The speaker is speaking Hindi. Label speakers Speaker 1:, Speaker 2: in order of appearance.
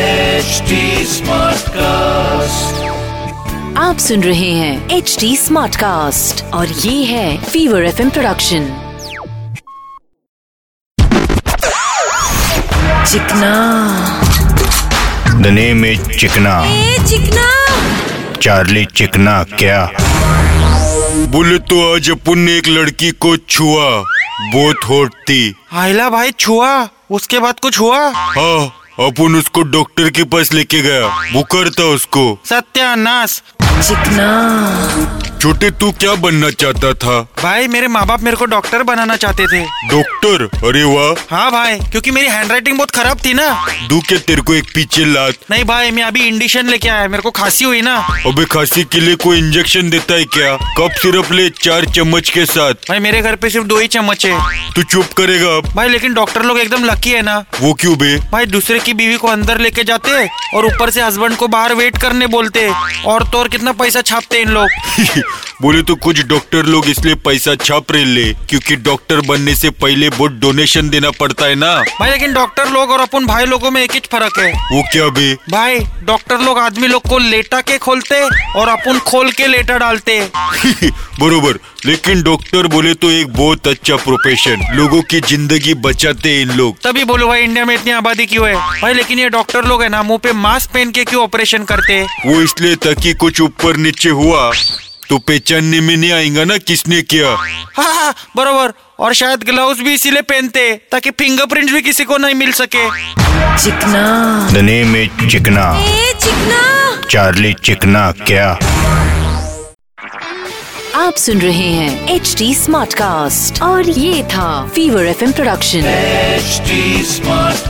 Speaker 1: HD Smartcast.
Speaker 2: आप सुन रहे हैं एच डी स्मार्ट कास्ट और ये है फीवर एफ प्रोडक्शन चिकना
Speaker 3: द नेम इज चिकना
Speaker 2: ए चिकना
Speaker 3: चार्ली चिकना क्या बोले तो आज अपन ने एक लड़की को छुआ बहुत हॉट थी
Speaker 4: आयला भाई छुआ उसके बाद कुछ हुआ
Speaker 3: हाँ अपन उसको डॉक्टर के पास लेके गया बुखार था उसको
Speaker 4: सत्यानाश
Speaker 2: चिकना
Speaker 3: छोटे तू क्या बनना चाहता था
Speaker 4: भाई मेरे माँ बाप मेरे को डॉक्टर बनाना चाहते थे
Speaker 3: डॉक्टर अरे वाह
Speaker 4: हाँ भाई क्योंकि मेरी हैंडराइटिंग बहुत खराब थी ना
Speaker 3: दू क्या तेरे को एक पीछे लात
Speaker 4: नहीं भाई मैं अभी इंडिशन लेके आया मेरे को खांसी हुई ना
Speaker 3: अबे खांसी के लिए कोई इंजेक्शन देता है क्या कप सिरप ले चार चम्मच के साथ
Speaker 4: भाई मेरे घर पे सिर्फ दो ही चम्मच है
Speaker 3: तू चुप करेगा अब
Speaker 4: भाई लेकिन डॉक्टर लोग एकदम लकी है ना
Speaker 3: वो क्यों बे
Speaker 4: भाई दूसरे की बीवी को अंदर लेके जाते और ऊपर से हस्बैंड को बाहर वेट करने बोलते और तो और कितना पैसा छापते इन लोग
Speaker 3: बोले तो कुछ डॉक्टर लोग इसलिए पैसा छाप रहे ले क्योंकि डॉक्टर बनने से पहले बहुत डोनेशन देना पड़ता है ना
Speaker 4: भाई लेकिन डॉक्टर लोग और अपन भाई लोगों में एक ही फर्क है
Speaker 3: वो क्या बे
Speaker 4: भाई डॉक्टर लोग आदमी लोग को लेटा के खोलते और अपन खोल के लेटा डालते
Speaker 3: बरोबर लेकिन डॉक्टर बोले तो एक बहुत अच्छा प्रोफेशन लोगों की जिंदगी बचाते हैं इन लोग
Speaker 4: तभी बोलो भाई इंडिया में इतनी आबादी क्यों है भाई लेकिन ये डॉक्टर लोग है ना मुंह पे मास्क पहन के क्यों ऑपरेशन करते
Speaker 3: वो इसलिए ताकि कुछ ऊपर नीचे हुआ तो पहचानने में नहीं आएगा ना किसने किया
Speaker 4: हाँ हाँ बरोबर और शायद ग्लव्स भी इसीलिए पहनते ताकि फिंगरप्रिंट भी किसी को नहीं मिल सके
Speaker 2: चिकना
Speaker 3: द नेम इज चिकना
Speaker 2: ए चिकना
Speaker 3: चार्ली चिकना क्या
Speaker 2: आप सुन रहे हैं एच डी स्मार्ट कास्ट और ये था fever F production
Speaker 1: HD Smartcast.